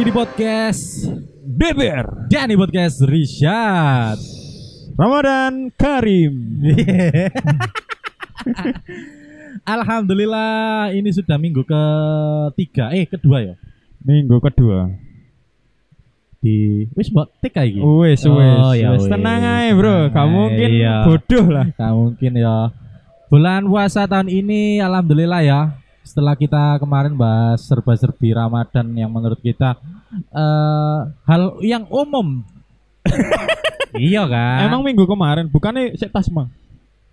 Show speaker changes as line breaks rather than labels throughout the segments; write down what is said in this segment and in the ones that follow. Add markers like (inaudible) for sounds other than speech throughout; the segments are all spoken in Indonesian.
di podcast Beber dan di podcast Rishad.
Ramadan Karim.
(laughs) Alhamdulillah ini sudah minggu ketiga, eh kedua ya
Minggu kedua.
di wis buat TK iki.
Wes
Oh,
wes.
ya
wes.
wes.
Tenang aja, Bro.
Tenang
Kamu
aja,
mungkin
iya.
bodoh lah.
Nah, mungkin ya bulan puasa tahun ini alhamdulillah ya. Setelah kita kemarin bahas serba-serbi Ramadan yang menurut kita eh hal yang
(laughs)
umum. iya kan?
Emang minggu kemarin bukannya sik
(laughs)
tasma.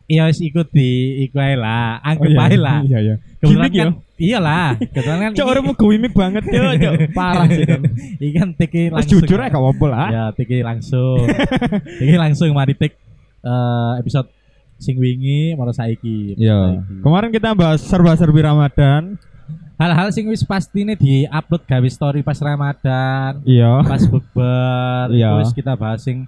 iya wis ikut di iku ae lah, anggap
iya.
ae lah.
Iya iya.
Kebetulan
Gimik ya.
kan, iyalah, kebetulan kan
(laughs) Cok
ini- (laughs) Iya,
orangmu gimik banget ya, Cok. Parah sih kan.
Iki kan tiki
Terus
langsung.
jujur aja gak apa-apa lah.
Ya, tiki langsung. tiki langsung mari tik eh, episode sing wingi maro saiki.
Iya.
Saiki.
Kemarin kita bahas serba-serbi Ramadan.
Hal-hal sing wis pastine di-upload gawe story pas Ramadan,
Iya.
pas bukber,
Iya.
terus kita bahas sing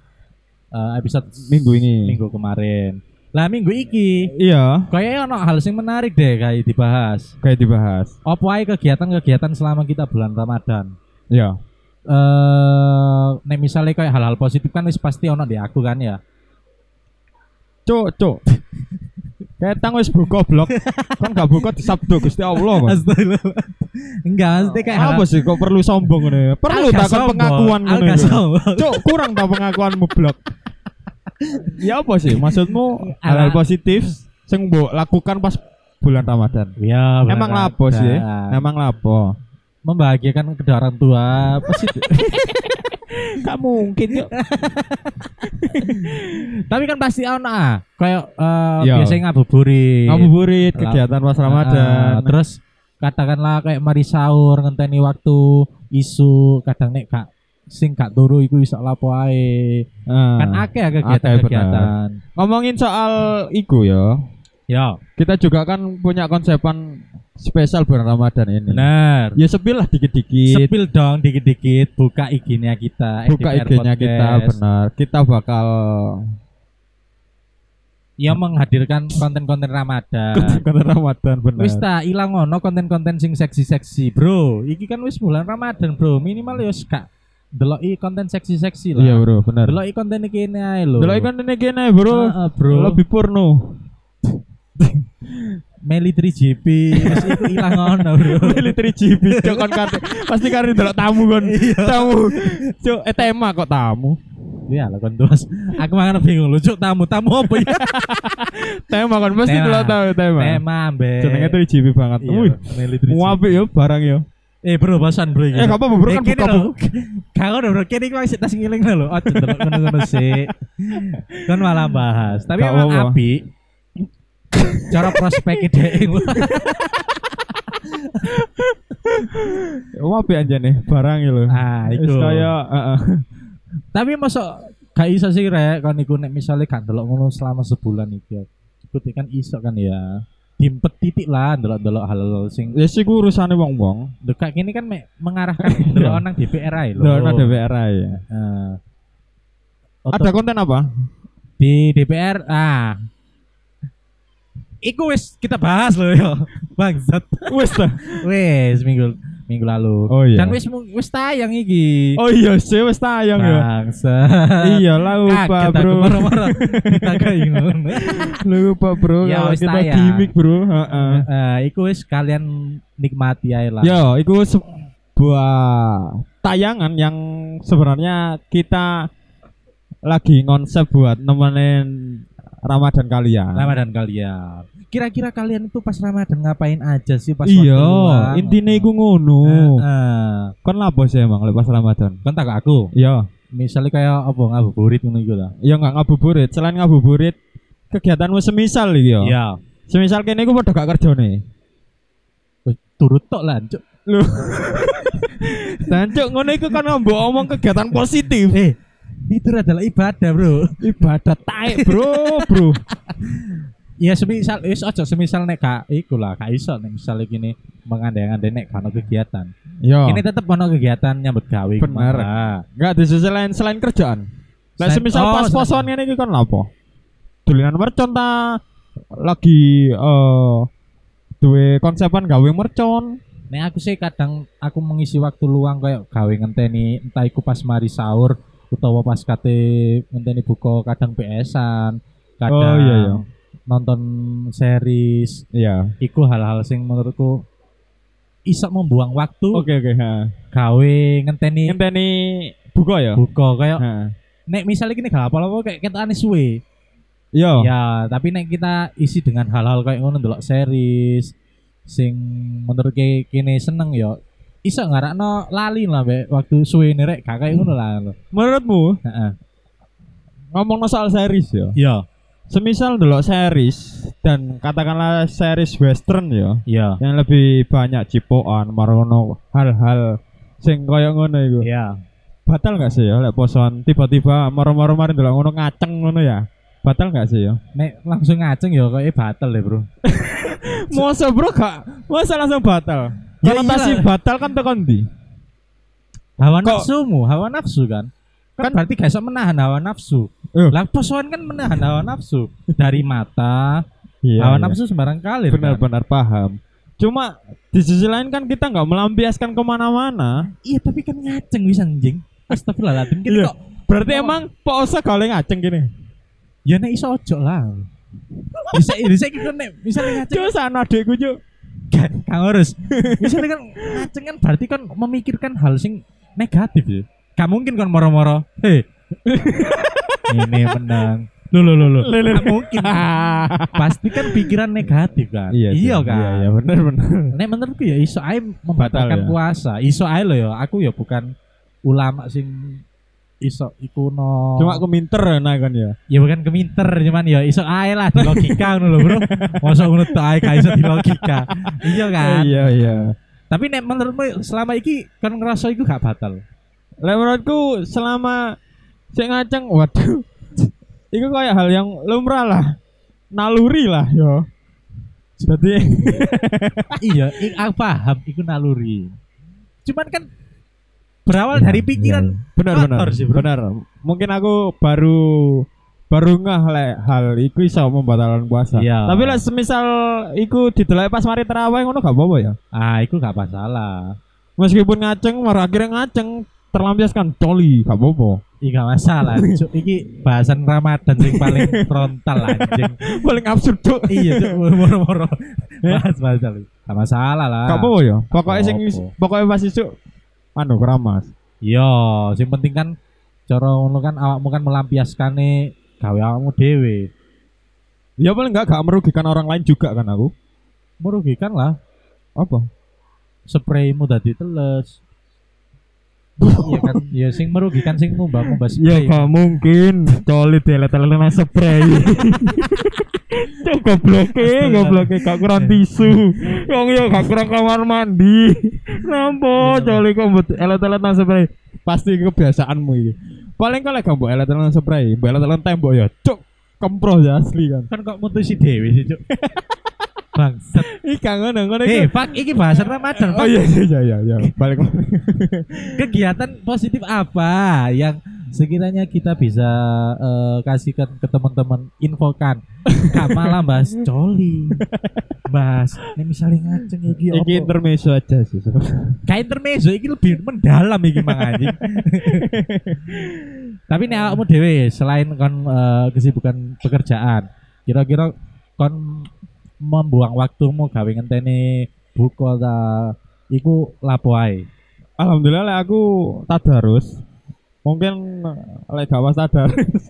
eh, episode
Minggu ini.
minggu kemarin. Lah minggu iki
Iya,
kayaknya ono hal sing menarik deh kayak dibahas.
kayak dibahas.
Apa ae kegiatan-kegiatan selama kita bulan Ramadan?
Iya.
eh nek misalnya kayak hal-hal positif kan wis pasti ono di aku kan ya.
(laughs) Cuk,
(laughs)
cuk. Ketang wis buka blog. Kan gak buka di Sabtu Gusti Allah. Mas.
Astagfirullah. Enggak, maksudnya (laughs) kayak
Apa sih kok perlu sombong ngene? Perlu takon pengakuan
ngono.
ngene. (laughs) Cuk, kurang tau pengakuanmu blog. ya apa sih maksudmu hal-hal
Ala-
positif sing mbok lakukan pas bulan Ramadan.
Ya, beneran.
Emang ya? lapo sih?
Dan
Emang lapo?
Nah, membahagiakan kedua orang tua. positif.
(laughs) Gak mungkin yuk.
(laughs) Tapi kan pasti ono ah. Kayak eh,
Iya.
biasanya ngabuburit.
Ngabuburit kegiatan pas
Ah,
Ramadan.
terus katakanlah kayak mari sahur ngenteni waktu isu kadang nek kak sing gak turu iku iso lapo ae.
Ah.
Kan akeh ya
Akeh,
kegiatan-kegiatan.
Ngomongin soal iku ya.
Ya,
Kita juga kan punya konsepan spesial bulan Ramadan ini.
benar.
Ya sepil lah dikit-dikit.
Sepil dong dikit-dikit buka IG-nya kita.
Buka
SDPR Podcast,
IG-nya kita benar. Kita bakal
Yang menghadirkan konten-konten Ramadan.
konten Ramadan benar.
Nah. Wis ta ilang ono konten-konten sing seksi-seksi, Bro. Iki kan wis bulan Ramadan, Bro. Minimal yo gak deloki konten seksi-seksi lah. Nah,
Iya, Bro, benar.
Deloki konten iki ini ae lho.
Delok ikan ini gini bro
Heeh, eh, Bro.
Lebih (laughs) porno
Meli 3GP wis iku ilang ono, Bro.
Military GB Cok kan kate Pasti karena delok tamu kan Tamu Cok eh tema kok tamu
Iya lah kon terus. Aku mangan bingung lucu tamu tamu apa ya?
Tema kan pasti
Tema.
delok tamu tema
Tema mbek.
Jenengnya 3GB banget
Iya,
ya. Wih
Meli 3GP.
Wapik ya barang ya
Eh bro, bosan bro
Eh gak apa-apa bro kan buka buku
Kau udah bro, kini kau tas ngiling lho Oh cenderung ngono-ngono sih Kan malah bahas Tapi
Gak
emang
apa-apa.
api Cara prospek ide
(laughs) Wapik Ya, aja nih barang ya lo
Ah
Terus
itu
kaya heeh.
Tapi masuk Gak iso sih rek Kan iku nek misalnya gak delok ngono selama sebulan iki Berarti kan iso kan ya Dimpet titik lah delok-delok hal-hal sing
Ya sih ku urusannya wong-wong
Dekat kini kan mek
(laughs)
mengarahkan delok nang DPR ae lho
Delok ada DPR ya
Eh,
Ada konten apa?
di DPR ah Iku wis kita bahas loh
(laughs)
yo. Bangsat.
Wes dah
Wis minggu minggu lalu.
Oh iya.
Dan wis mu- wis tayang iki.
Oh iya sih wes tayang ya
Bangsat.
Iya lah
Kaget
lupa
aku
bro (laughs)
marah-marah. Kita kayak ngono.
Lupa bro
Ya,
kalau
wis
kita
tayang.
gimmick bro Heeh.
Eh, iku wis kalian nikmati ae lah.
Ya, itu sebuah tayangan yang sebenarnya kita lagi konsep buat nemenin Ramadan kalian.
Ramadan kalian. Kira-kira kalian itu pas Ramadan ngapain aja sih pas
iya,
luang? Eh,
intinya iku
Heeh.
ngono. Kon lapo sih emang lepas Ramadan?
Kan tak aku.
Iya,
Misalnya kayak apa ngabuburit ngono iku lah.
iya nggak ngabuburit. Selain ngabuburit, kegiatanmu semisal iki ya.
Iya.
Semisal kene iku padha gak kerjane.
Wis turut tok lah, Cuk.
Dan cuk ngono iku kan ngomong omong kegiatan positif.
Eh, tidur adalah ibadah, Bro.
Ibadah taek, Bro, Bro.
(laughs) Ya semisal wis aja semisal nek gak iku lah, gak iso nek misale gini mengandang-andang nek gak ono kegiatan.
Iya.
Ini tetep ono kegiatan nyambut gawe.
Bener.
kemana.
Enggak di sisi lain selain kerjaan. Lah
Selain-
Nah, semisal
oh,
pas posoan
selain-
ngene iki kan lapo? Dolinan mercon ta lagi eh duwe konsepan gawe mercon
Nek aku sih kadang aku mengisi waktu luang kayak gawe ngenteni entah iku pas mari sahur utawa pas kate ngenteni buka kadang PS-an, kadang
Oh, iya, iya.
nonton series.
Iya.
Iku hal-hal sing menurutku isak membuang waktu
Oke Iya. oke. ha.
gawe ngenteni
Ngenteni buka ya.
buka kayak
Ha.
nek misalnya gini gak apa-apa kayak kita aneh suwe.
Iya.
Ya, tapi nek kita isi dengan hal-hal kayak ngono ndelok series sing menurut ki- kini seneng yo. Iso ngarakno lali lah be waktu suwe ini rek gak kayak ngono lah.
Menurutmu
Heeh.
ngomong soal series ya.
Iya,
Semisal delok series dan katakanlah series western ya
iya.
yang lebih banyak cipokan marono hal-hal sing koyo ngono iku.
Iya.
Batal gak sih ya lek posoan tiba-tiba maro-maro mari delok ngono ngaceng ngono ya. Batal gak sih ya?
Nek langsung ngaceng yo kayaknya batal deh, Bro.
Masa bro gak masa langsung batal.
Ya
Konotasi
iyalah.
batal kan tekan ndi?
Hawa
Kok-
nafsumu, hawa nafsu kan. Kan,
Kan-
berarti gak iso menahan hawa nafsu.
Eh.
Lah posoan kan menahan hawa nafsu dari mata,
Ah,
hawa nafsu sembarang kali. kan?
Iya, benar-benar paham. Cuma di sisi lain kan kita nggak melampiaskan kemana-mana.
Iya, tapi kan ngaceng wis anjing. Astagfirullahaladzim,
Iya.
kita kok
Berarti
Apa?
emang Pak Oso kalau ngaceng gini.
Ya nek iso ojo lah. Bisa bisa kan nek misalnya ngaceng
Cuma sana adikku yuk.
kan kang urus. Misalnya kan ngaceng kan berarti kan memikirkan hal sing negatif ya. Gak mungkin kan moro-moro. Hei. Ini menang. Loh loh loh loh.
Lele.
Gak mungkin. Pasti kan pikiran negatif kan. kan.
Iya, iya benar benar.
Nek menurutku ya iso ae membatalkan
Batal ya.
puasa. Iso ae lho ya. Aku ya bukan ulama sing iso iku no.
Cuma aku minter nah kan ya.
ya bukan keminter cuman ya iso ae lah di logika ngono lho bro masa ngono tok ae gak iso di logika iya kan
Iya iya.
tapi nek menurutmu selama iki kan ngerasa iku gak batal
Lah menurutku selama saya ngaceng, waduh. Itu kayak hal yang lumrah lah. Naluri lah yo. Jadi
iya i- aku paham iku naluri cuman kan berawal
Iya,
dari pikiran
benar benar
Faktor sih, Bro.
benar mungkin aku baru baru ngeh lek hal iku iso membatalkan puasa
Iya.
tapi lek semisal iku didelok pas mari terawih ngono gak apa-apa ya
ah iku gak masalah
meskipun ngaceng marah akhirnya ngaceng terlampiaskan coli gak apa-apa
Iya gak masalah Cuk, iki bahasan Ramadan sing paling frontal anjing
(laughs) paling absurd tuh
iya cuk moro-moro bahas bahas kali. gak masalah lah
Eh. Ah, gak apa-apa ya pokoknya sing
Apa-apa.
pokoknya pas isu anu keramas
Iya, sing penting kan cara ngono kan awakmu kan melampiaskane gawe awakmu dhewe.
ya paling gak gak merugikan orang lain juga kan aku
Merugikan lah
apa
spraymu dadi teles. Iya (laughs) kan, ya sing merugikan sing mbak-mbak spray.
gak mungkin coli dielet-elet nang (laughs) spray. Cuk gobloke, gobloke gak kurang tisu. Wong yo gak kurang kamar mandi. Nampo coli kok mbet elet-elet nang spray. Pasti kebiasaanmu iki. Paling kalau gak mbok elet-elet nang spray, mbok elet-elet tembok ya. Cuk kemproh ya asli kan.
Kan kok mutusi dhewe sih, (laughs) Cuk. Bangsat.
Iki ngono ngono
Eh, Pak, iki bahasan Ramadan,
Oh
Pak.
iya iya iya iya. Balik.
Kegiatan positif apa yang sekiranya kita bisa eh, kasihkan ke teman-teman infokan. Kak malah bahas coli. (laughs) Bahas, ini misalnya ngaceng iki
Iki
apa?
intermezzo aja sih.
kayak intermezzo iki lebih mendalam iki mang (laughs) anjing. Tapi nek awakmu dhewe selain kon eh, kesibukan pekerjaan, kira-kira kon membuang waktumu gawe ngenteni buku ta iku lapo ae.
Alhamdulillah lek aku tadarus. Mungkin lek gak pas tadarus.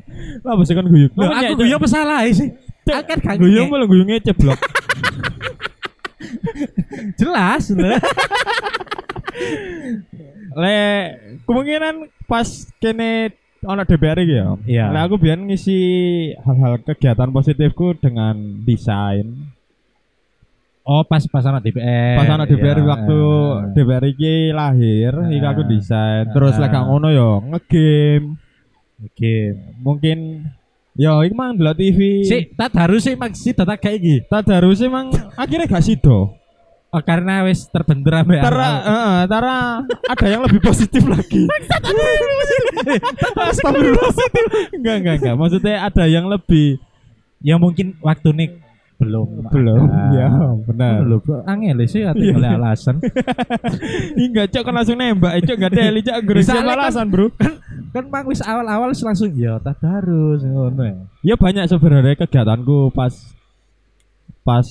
(laughs) Lah mesti kan guyu.
Loh, aku guyu apa salah ae sih? Aku kan gak
guyu
ngek.
malah guyu ngece blok.
jelas. lho.
(laughs) Lek kemungkinan pas kene ono DPR iki ya.
Iya.
Lek aku biyen ngisi hal-hal kegiatan positifku dengan desain.
Oh, pas pas anak DPR.
Pas ono DPR
Iya,
waktu
eh.
DPR iki lahir,
Eh.
iki aku desain.
Eh.
Terus lek gak ngono yo ngegame.
Oke.
Mungkin yo iki mang delok TV.
Sik, tak harus sih maksud tata kayak iki.
Tadarus emang akhirnya gak sido.
Oh, karena wis terbentur ambek awal.
Tara, eh, Tara ada yang lebih positif lagi. (laughs) Astagfirullah. Enggak, enggak, enggak. Maksudnya ada yang lebih
ya mungkin waktu nih belum
belum
ada.
ya benar
Loh, kok Iya. angel sih ati oleh alasan
ini enggak cok kan langsung nembak cok enggak teli cok gerus
Misalnya
siapa
kan-
alasan bro
kan mang wis awal-awal wis langsung ya tadarus ngono ya
(laughs) ya banyak sebenarnya kegiatanku pas pas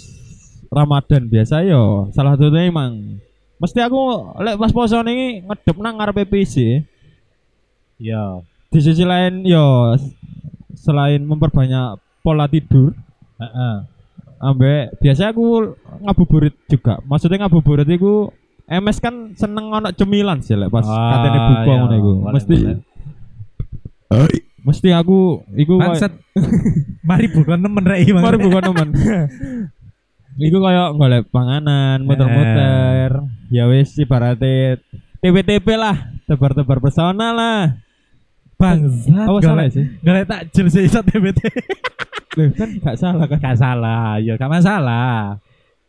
Ramadan biasa yo salah satunya emang mesti aku lek pas poso ini ngedep nang ngarepe PC
ya
di sisi lain yo s- selain memperbanyak pola tidur
heeh
ambek biasanya aku ngabuburit juga maksudnya ngabuburit itu MS kan seneng ono cemilan sih lek pas
Ah,
katanya buka
iya,
ngono iku.
boleh,
mesti
boleh.
mesti aku iku kayak-
(laughs) Bangset. mari bukan nemen rek iki, Mang.
Mari buka teman. (laughs) Iku kayak golek
Eh.
panganan, muter-muter. Ya wis ibaratnya TPTP lah, tebar-tebar pesona lah.
bangsat
Apa salah sih?
Ah, golek takjil sih iso TBT
Loh, kan gak salah kan.
(laughs) gak salah ya gak masalah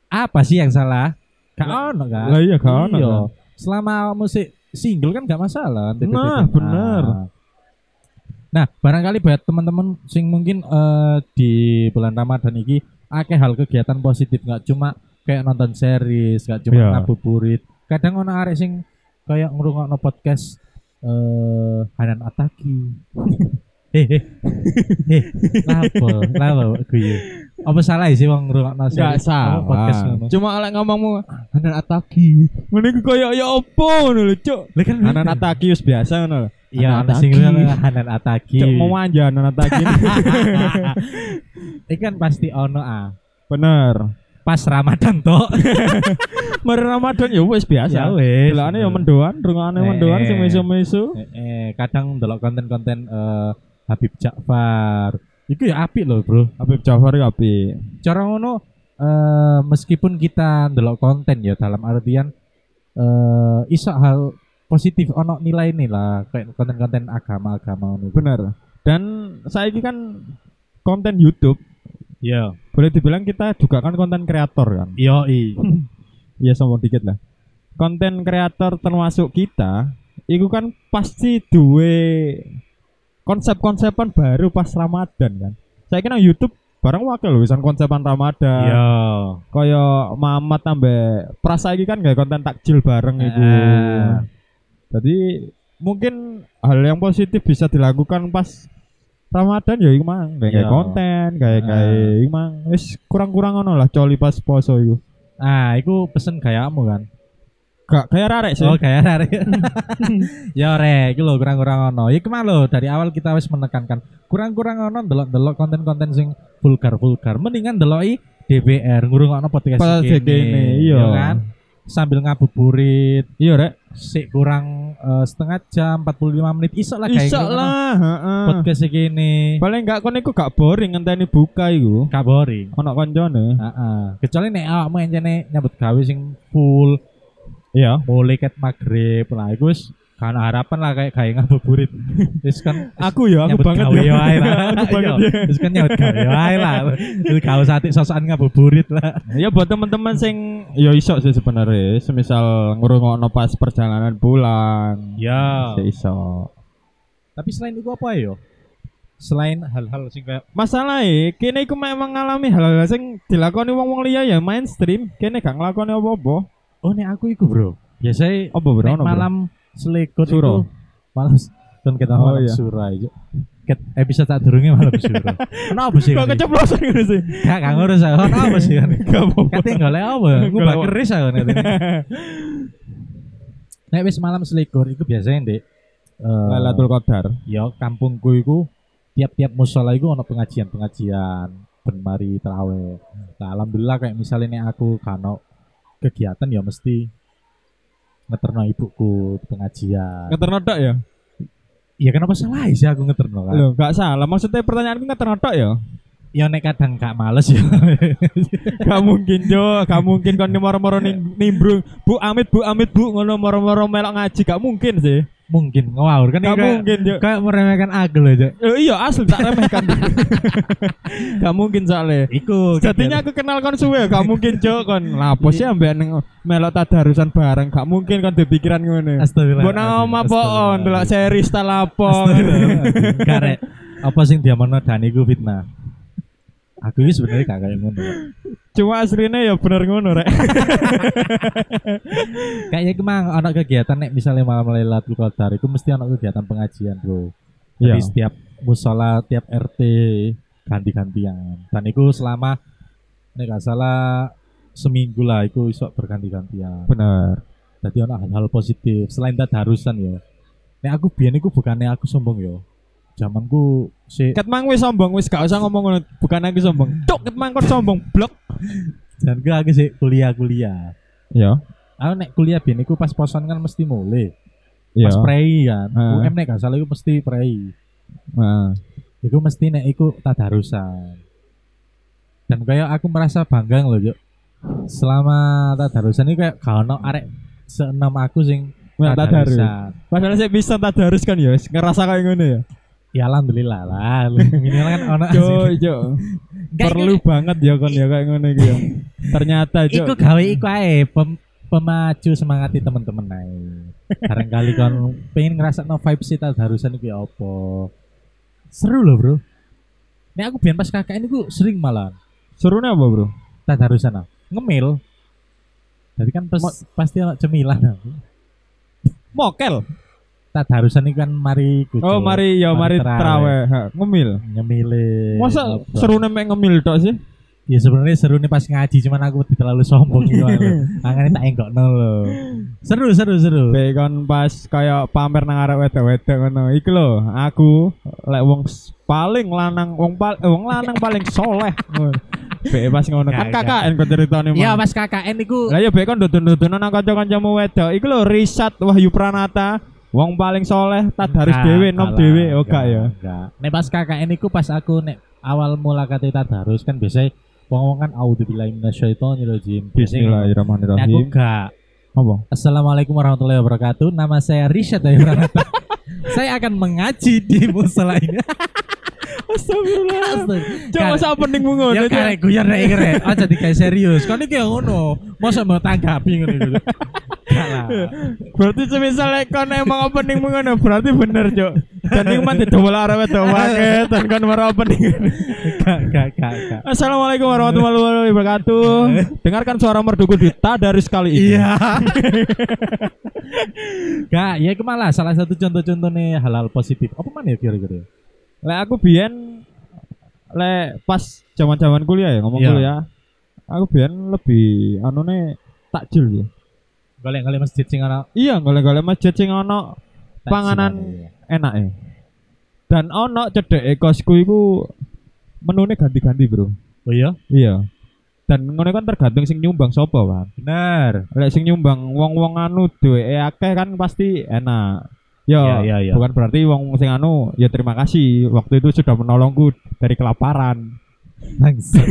apa sih yang salah gak
Lah-
ono kan
Lah iya gak ono.
Iya.
kan.
selama musik single kan gak masalah TBT.
Nah, bener.
nah barangkali buat teman-teman sing mungkin eh, di bulan Ramadan ini akeh hal kegiatan positif nggak cuma kayak nonton series gak cuma
Iya.
ngabuburit kadang ono arek sing kayak ngrungokno podcast eh Hanan Ataki eh eh eh lapo lapo guyu apa salah sih wong ngrungokno
Gak
series?
salah.
Apa podcast ngono
Ah, Cuma oleh ngomongmu anan ataki. Ngene iku koyo ya opo ngono lho, Cuk.
Lah kan
Anan ataki wis biasa ngono lho.
Iya,
Iya. Hanan
ana
Ataki.
sing ngomong Hanan Ataki.
Cuk
(laughs)
mau manja anan ataki.
Ikan pasti ono ah.
(laughs) Bener.
Pas Ramadan tok.
Mari Ramadan ya wis biasa.
wis.
Delane ya mendoan, rungokane mendoan
Eh.
sing mesu-mesu.
Eh, eh, kadang delok konten-konten eh, Habib Ja'far. Iku ya apik loh, Bro.
Habib Jafar ya apik.
Cara ngono eh, meskipun kita delok konten ya dalam artian eh iso hal positif ono nilai nih lah kayak konten-konten agama-agama ngono.
Benar. Dan saya ini kan konten YouTube,
Iya.
boleh dibilang kita juga kan konten kreator kan.
Yo i.
Ya sombong dikit lah. Konten kreator termasuk kita, itu kan pasti duwe konsep-konsepan baru pas Ramadan kan. Saya kira YouTube bareng wakil lho, wisan konsepan Ramadan.
Yo.
Kaya Mamat ambek Prasa iki kan gak konten takjil bareng itu.
Eh.
Jadi mungkin hal yang positif bisa dilakukan pas Ramadan ya iku mang, kayak kayak
Iya.
konten, kayak kayak iku mang. Wis kurang-kurang ono lah coli pas poso iku.
Ah, iku pesen gayamu kan.
Gak kayak rarek sih.
Oh kayak rek.
Hmm.
(laughs) ya rek, iki lho kurang-kurang ono. Iki mah lho dari awal kita wis menekankan kurang-kurang ono delok-delok konten-konten sing vulgar-vulgar. Mendingan deloki DBR ngurungokno podcast
Podcast
iki.
kene, iya.
Ya kan? Sambil ngabuburit
Iya rek.
sik kurang eh, setengah jam 45 menit iso lah kayak
Iso
ngurungokno
lah, gitu, kan? heeh.
podcast iki ini.
Paling gak kon iku gak boring ngenteni buka iku.
Gak boring.
Ono koncone.
Heeh. Kecuali nek awakmu encene nyambut gawe sing full
Iya.
mulai ket maghrib lah iku wis kan harapan lah kayak kayak ngabuburit. Wis
(laughs)
kan
Aku ya, aku
nyambut
banget
gawe
ya.
wae lah.
(laughs) Aku banget
Iya,
ya.
Terus kan nyambut gawe wae lah. Terus gawe sate sosokan ngabuburit lah.
Ya buat teman-teman sing ya iso sih sebenarnya, semisal ngrungokno pas perjalanan pulang.
Ya.
Sih iso.
Tapi selain itu apa yo? Selain hal-hal sing kayak
Masalahe e, kene iku memang ngalami hal-hal sing dilakoni wong-wong liya ya mainstream, kene gak nglakoni apa-apa.
oh nek aku iku, Bro. Biasanya
Apa bro?
nek
Ono, Bro?
malam selekut
Suro.
itu malam kan kita
Oh,
malam
iya.
sura aja. Ket episode tak durungnya malam
(laughs)
sura. Kenapa sih?
(laughs) Kok
Kak
keceplosan ngono sih?
gak ngurus aku. Kenapa sih?
Gak apa-apa.
Kate golek (laughs) apa? Ngubah keris aku nek. (laughs) Nek wis malam selikur iku biasanya Ndek. eh,
Lailatul Qadar.
ya kampungku iku tiap-tiap musola iku ono pengajian-pengajian ben mari tarawih. Nah, alhamdulillah kayak misalnya nek aku kano kegiatan ya mesti ngeterno ibuku pengajian.
Ngeterno tok ya?
Ya kenapa salah sih aku ngeterno kan?
Loh, gak salah. Maksudnya pertanyaanku ngeterno tok ya?
Ya nek kadang gak males (laughs) ya.
Gak mungkin, Jo. Gak mungkin kon moro-moro nim- nimbrung. Bu Amit, Bu Amit, Bu ngono moro-moro melok ngaji gak mungkin sih.
mungkin ngawur kan
Gak
kayak-
mungkin, Jo.
kayak meremehkan aku loh, Cok.
Eh, iya, asli tak remehkan. (laughs) gak mungkin soalnya.
Iku
Jadinya aku kenal kon suwe, gak mungkin cok kon. Lapo sih ambek neng melok tadarusan bareng, gak mungkin kon dipikiran ngono.
Astagfirullah.
Mbok nang oma poon, delok seri ta lapo.
Astagfirullah. Karek apa sing diamono dan iku fitnah. aku ini sebenarnya gak kayak ngono Pak.
Cuma aslinya ya bener ngono rek.
kayaknya kemang anak kegiatan nek misalnya malam Lailatul Qadar itu mesti anak kegiatan pengajian bro
Iya.
jadi setiap musola tiap RT ganti-gantian dan itu selama nek gak salah seminggu lah itu iso berganti-gantian
Bener.
jadi anak hal-hal positif selain tadarusan ya nek aku biyen iku bukannya aku sombong ya zamanku si
Ket mang wis sombong wis gak usah ngomong ngono. Bukan aku sombong. Cuk ket mang kon sombong blok.
dan gue aku sih kuliah-kuliah
Ya.
aku nek kuliah biyen iku pas posan kan mesti mulai
Ya.
pas prei kan
Heeh.
UM nek gak salah iku mesti prei
Heeh.
Iku mesti nek iku tadarusan. Dan kayak aku merasa bangga loh, Yuk. Selama tadarusan ini kayak gak ono arek seenam aku sing
Nah, tadarus. Padahal saya bisa tadarus kan ya, wis ngerasa kayak ngono ya.
Ya alhamdulillah lah. (laughs) Minimal kan ono
Jo, jo. Perlu banget ya kon ya kayak ngono iki ya. Ternyata jo.
Iku gawe iku ae pem- pemacu semangati teman-teman
(laughs)
ae. Barangkali kon pengen ngerasa no vibe sih tadarusan iku ya apa. Seru loh, Bro. Nek aku biyen pas KKN iku sering malah
Serunya apa, Bro?
tadarusan ah. ngemil jadi kan pas,
Mo-
pasti ono cemilan ah.
Mokel.
tadarusan itu kan mari kudu.
Oh, mari ya
Mari
mari
terawih.
trawe. Ya, Ngemil.
nyemile
Masa
ngobrol.
serunya mek ngemil tok sih?
ya sebenarnya seru nih pas ngaji cuman aku terlalu sombong gitu
(laughs)
angin tak enggak lho seru seru seru
Be kon pas kayak pamer nang arek wedok-wedok ngono. Iku lho, aku lek wong s- paling lanang wong pal eh, wong lanang paling (laughs) soleh. Ngono. Be pas ngono
Ya,
kan
ya.
KKN kon ceritane
ya
Mang.
mas KKN iku
Lah ya be kon dodon-dodonan nang kanca-kancamu wedok. Iku lho Risat Wahyu Pranata. Wong paling soleh tadarus
Enggak,
dhewe
Nah, Ah, kalah.
nom dhewe oh gak ya.
enggak nek pas KKN iku pas aku nek awal mula kate tadarus kan biasanya wong-wong kan audzubillahi minasyaitonirrajim biasanya nek aku
Bismillahirrahmanirrahim.
enggak
Apa?
Assalamualaikum warahmatullahi wabarakatuh. Nama saya Rishad dari
(laughs)
Pranata. saya akan mengaji di musola ini.
Astagfirullah. Coba
Kar-
masa opening mu
Ya
ngono. Cuk?
karek guyon rek rek. Aja dikai serius. Kan iki yang ngono. Masa mau tanggapi ngono
(laughs)
gitu. Enggak lah.
Berarti semisal lek kon emang opening mu ngono berarti bener, Cuk. Dan iku mah didobel arek wedok wae dan kon marah opening.
Enggak enggak enggak. enggak.
Assalamualaikum warahmatullahi wabarakatuh. Dengarkan suara merduku di Tadaris kali
Eh.
ini.
Iya. Enggak, ya itu malah salah satu contoh-contohnya halal positif. Apa mana ya kira-kira?
Lek aku biyen lek pas zaman-zaman kuliah ya, ngomong
Iya.
kuliah. Aku biyen lebih anone takjil ya.
Golek-golek masjid sing ana
Iya, golek-golek masjid sing ono Panganan- enak ya. Dan ono cedek kosku iku menune ganti-ganti, Bro.
Oh iya,
Iya. Dan ngono kan tergantung sing nyumbang sapa, Pak.
bener.
Lek sing nyumbang wong-wong anu duwe akeh kan pasti enak. Yo,
Iya, iya, iya.
bukan berarti wong sing anu ya terima kasih waktu itu sudah menolongku dari kelaparan (laughs)
Langsung.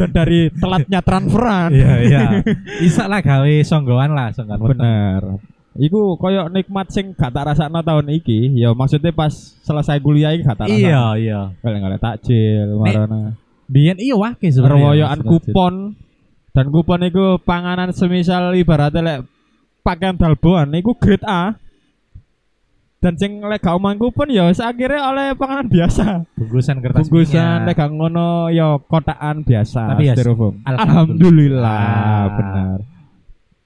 dan dari telatnya transferan.
Iya iya. Isak lah gawe songgoan lah songgoan weteng.
Bener. Iku koyo nikmat sing gak tak rasakno tahun iki. Ya maksudnya pas selesai kuliah iki gak tak rasakno.
Iya iya.
Kalian takjil, marana.
Biyen iya wake sebenarnya.
Rewoyokan kupon. Dan kupon iku panganan semisal ibaratnya lek pakaian dalboan iku grade A. Dan sing lek gak omong kupon ya wis akhirnya oleh panganan biasa.
bungkusan kertas
Bungkusan lek
minyak.
gak ngono ya kotakan biasa
Tapi ya,
styrofoam.
alhamdulillah.
Alhamdulillah, benar.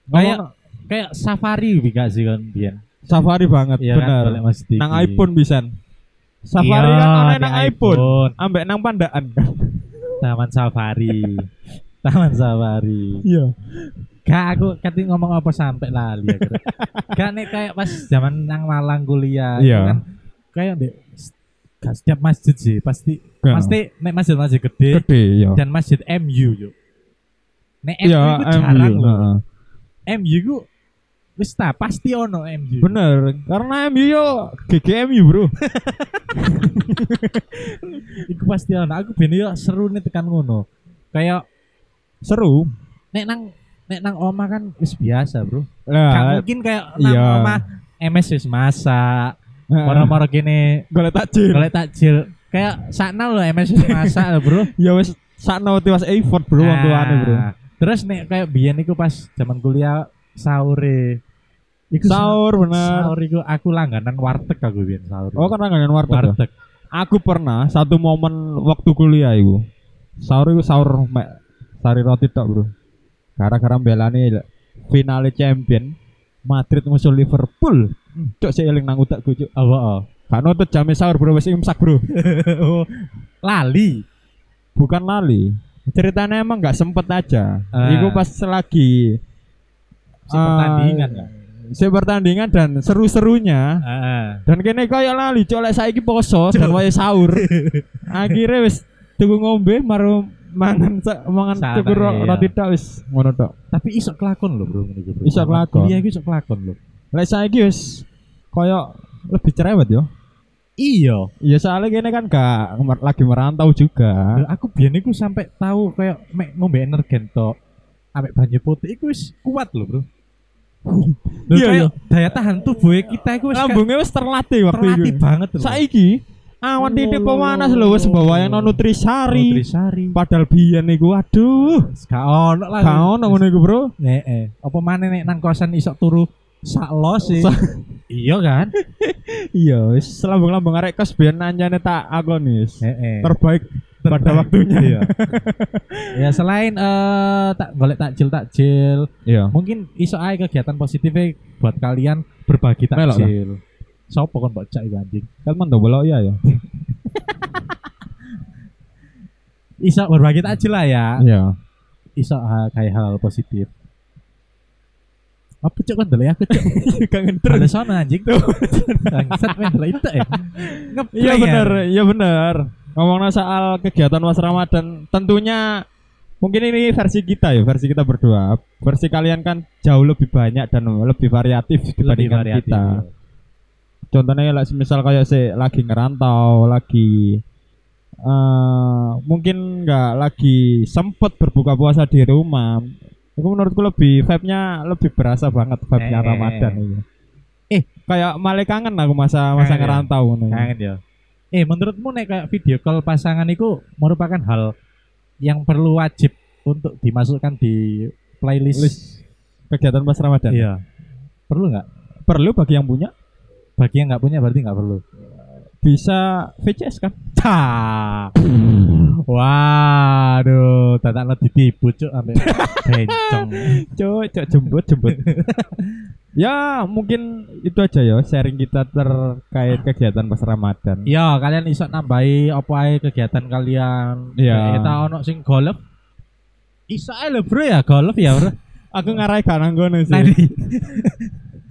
Kayak
Ngomong-
kayak safari bi gak sih kan biyen.
safari banget,
Iya kan
benar.
balik masjid.
Nang iPhone pisan. Safari
Iya,
kan oleh
di
nang iPhone, ambek nang pandaan kan.
Taman safari. Taman safari.
(laughs) Iya.
Gak aku kati ngomong apa sampai lali
(laughs)
ya. kira. gak nek kayak pas zaman nang Malang kuliah itu
Iya.
kan kayak di gak setiap masjid sih pasti
Gak.
pasti nek masjid-masjid gede
Gede ya.
dan masjid MU yuk. Nek MU
Iya,
itu jarang
MU,
loh.
heeh.
MU ku wis ta pasti ono MU.
Bener, karena MU yo GGMU
(laughs)
bro.
Iku pasti ono. Aku ben yo seru nih tekan ngono. Kayak
Seru.
nek nang nek nang oma kan wis biasa, Bro. Gak
Nah,
mungkin kayak nang
iya. Nah.
oma MS wis masak.
heeh.
Moro-moro kene
golek takjil.
golek takjil. Kayak sakna lho MS wis masak lho, Bro.
Ya wis sakno tiwas effort bro wong tuane bro.
Nah, Terus nek kayak biyen iku pas zaman kuliah sahure. Iku
Sahur bener.
Sahur iku aku langganan warteg aku biyen sahur.
Oh kan langganan Oh, warteg. ya?
warteg.
Aku pernah satu momen waktu kuliah iku. sahur itu sahur mek sari roti tok bro gara-gara belani finale champion Madrid musuh Liverpool cok saya eling nang utak gue cok
apa
(laughs) gak nutut jamnya sahur bro wes imsak bro Oh.
lali
bukan lali ceritanya emang nggak sempet aja
Ah.
Iku pas lagi
si pertandingan
eh,
kan
si pertandingan dan seru-serunya dan kene kaya lali cok lek saiki poso dan wae
(laughs)
sahur akhirnya wis tuku ngombe maru mangan sa- mangan
Santai,
tuku ro-
iya.
roti tok wis ngono tok
tapi iso kelakon loh bro ini bro.
Iso
Sama
kelakon.
kuliah iku iso kelakon loh
lek saiki wis kaya lebih cerewet yo
iya
ya soalnya kene kan gak mer- lagi merantau juga
Lah, aku biyen iku sampai tahu kayak mek ngombe energen tok ambek banyu putih iku wis kuat loh bro Loh,
Iya,
kayak daya tahan tubuh kita iku wis kayak
lambungnya wis terlatih waktu
terlatih
itu iya.
banget loh
saiki awan titik pemanas lho wis bawa yang non nutrisari
Nutrisari
padahal biyen niku aduh
gak ono lah
gak ono iya. ngono iku bro
Eh, eh. apa mana nek nang kosan iso turu sak los sih iya kan
iya wis selambung-lambung arek kos biyen anjane tak agonis
eh, eh.
terbaik pada waktunya
Iya. ya selain eh tak golek takjil takjil
iya
mungkin iso ae kegiatan positifnya buat kalian berbagi
Melok
takjil sopo kon mbok cak iku anjing
Kalman tuh belok ya ya.
iso berbagi takjil lah ya
(laughs) Iya.
iso ha- kayak hal positif apa cok kan delay aku cok
Kangen
ada sana anjing bangsat main delay itu ya Ngeplay
Iya
ya.
benar, iya benar. Ngomongnya soal kegiatan Mas Ramadan, tentunya mungkin ini versi kita ya, versi kita berdua. Versi kalian kan jauh lebih banyak dan lebih variatif
lebih
dibandingkan
variatif
kita. Contohnya lah misal kayak si lagi ngerantau, lagi eh mungkin nggak lagi sempet berbuka puasa di rumah. Itu menurutku lebih vibe-nya lebih berasa banget
Eh,
vibe-nya
eh,
Ramadan
eh.
ini. Eh, kayak malah kangen aku masa
Kangen
masa
ya?
ngerantau ngono.
kangen ya eh menurutmu nek kayak video call pasangan itu merupakan hal yang perlu wajib untuk dimasukkan di playlist
List kegiatan pas Ramadan.
iya perlu nggak
Perlu bagi yang punya
bagi yang nggak punya berarti nggak perlu
bisa VCS kan?
Tah. Waduh, tak tak ditipu cuk ampe bencong.
Cuk, cuk jembut jembut.
(laughs)
ya, mungkin itu aja ya sharing kita terkait kegiatan pas Ramadan.
Yo, Iya, kalian iso nambahi apa ae kegiatan kalian.
Iya.
Kita ono sing golf. Iso ae lho, Bro ya, golf ya, Bro.
Aku ngarai gak nanggono sih.
Nanti.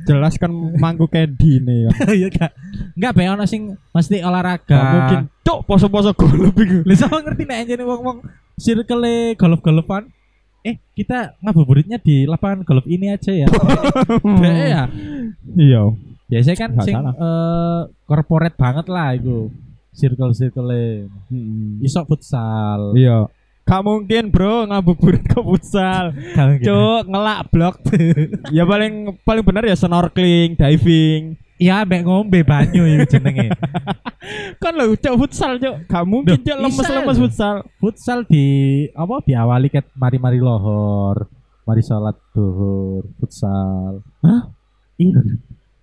Jelas kan mangku candy
(laughs)
nih. Kan.
(laughs) Iya gak. Enggak be ono sing mesti olahraga.
Gak mungkin cuk poso-poso golep iku.
Lha sama ngerti nek anjene wong-wong circle golf-golfan. Eh, kita ngabuburitnya di lapangan golf ini aja (laughs) ya. Be ya.
Hmm. Iya.
biasanya kan
Nggak
sing
salah.
eh, corporate banget lah itu circle circle iso futsal
Iya. Gak mungkin bro ngabuburit ke futsal
Kalau gitu.
Cuk ngelak
(laughs)
blok Ya paling paling bener ya snorkeling, diving
ya mek ngombe banyu itu (laughs) jenenge
Kan lo cuk futsal cuk Gak mungkin
Duh,
cuk
bisa.
lemes-lemes
ya,
futsal
futsal di apa diawali ket mari mari lohor mari sholat duhur futsal
Hah?
iya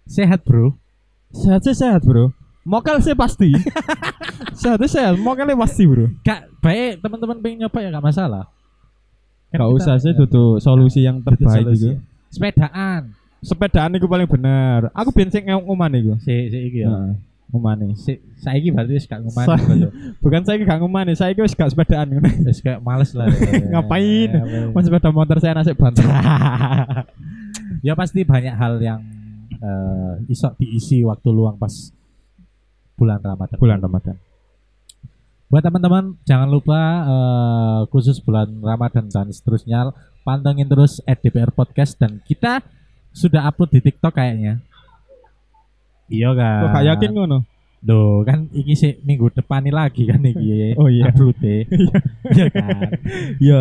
sehat bro
Sehat sih sehat bro Mokel
(laughs)
sih pasti Sehat sih sehat, mokelnya pasti bro
gak baik teman-teman pengen nyoba ya gak masalah Kan
Gak
kita-
usah sih
ya,
tutu solusi yang
butuh
terbaik
solusi. ya.
itu
sepedaan
Sepedaan itu paling bener Aku bensin ngomong itu
si si iki ya
Heeh, Ngomong
si saiki berarti wis gak ngomani
Sa-
gitu.
Bukan saya gak ngomani, saya wis gak sepedaan
wis kayak males lah (laughs) ya.
Ngapain?
Ya,
Mas sepeda motor saya nasib banter.
(laughs) ya pasti banyak hal yang eh, iso diisi waktu luang pas bulan Ramadan.
(laughs) Bulan Ramadan.
Buat teman-teman jangan lupa eh, khusus bulan Ramadan dan seterusnya pantengin terus DPR podcast dan kita sudah upload di TikTok kayaknya. Iya kan.
Kok gak yakin ngono?
Loh, kan iki sih minggu depan nih lagi kan (laughs) iki.
Oh iya.
Upload-e. Iya kan.
Iya.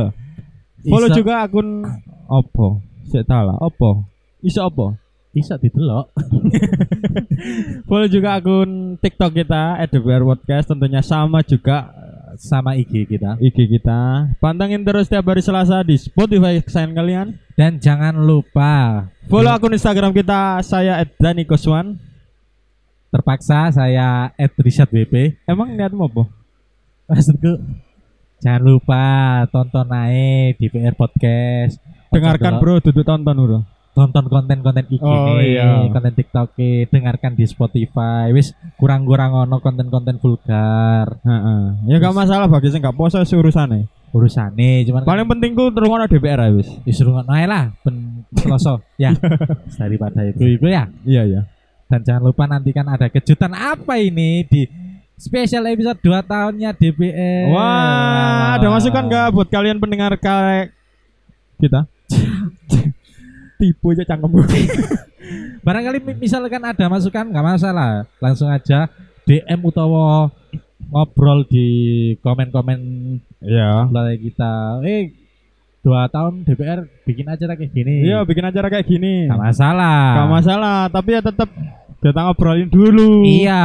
Follow
Iso-
juga akun Oppo. Sik salah, Oppo. Iso Oppo.
iso didelok.
Follow juga akun TikTok kita @dpr podcast tentunya sama juga
sama IG kita.
IG kita. Pantengin terus setiap hari Selasa di Spotify kesayangan kalian.
Dan jangan lupa
Follow akun Instagram kita saya @danikoswan.
terpaksa saya at riset WP
Emang niatmu apa?
maksudku Jangan lupa tonton naik di PR Podcast. Ojo
Dengarkan
delok-
bro, duduk tonton bro.
Tonton konten-konten IG
Oh, iya.
konten TikTok e, dengarkan di Spotify. Wis kurang-kurang ono konten-konten vulgar
Heeh. Ya gak masalah bagi sing gak poso sih urusane.
urusane cuman
Paling penting ku terus ono DPR ae ya, wis.
disuruh ngono ae lah ben Selasa
(laughs)
ya. Daripada itu itu ya.
Iya iya.
Dan jangan lupa nantikan ada kejutan apa ini di spesial episode 2 tahunnya DPR.
Eh, Wah, ada masukan gak buat kalian pendengar karek
(laughs)
kita? Tipu aja cangkem
Barangkali mi- misalkan ada masukan nggak masalah, langsung aja DM utawa ngobrol di komen-komen
Iya.
blog kita. Eh, dua tahun DPR bikin acara kayak gini.
Iya, bikin acara kayak gini.
Nggak masalah.
Gak masalah, tapi ya tetap kita ngobrolin dulu.
Iya.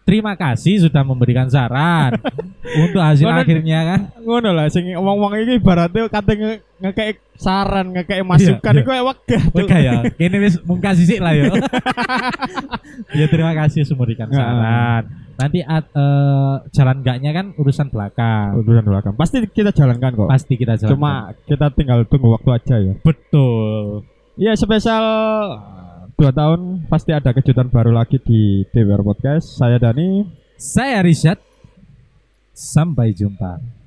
Terima kasih sudah memberikan saran
(laughs)
untuk hasil
Waduh.
akhirnya kan.
Ngono lah sing wong-wong iki ibaratnya kate nge ngekek saran, ngekek masukan
Iya,
iku ewek gak. Cuk.
Oke ya, ini wis mungkas sisik lah ya. ya terima kasih sudah memberikan
Nah.
saran. Nanti at- eh, jalan enggaknya kan urusan belakang.
Urusan belakang. Pasti kita jalankan kok.
pasti kita jalan kan.
Cuma kita tinggal tunggu waktu aja ya.
betul
Ya spesial dua tahun pasti ada kejutan baru lagi di DWR Podcast. Saya Dani.
saya Rizat sampai jumpa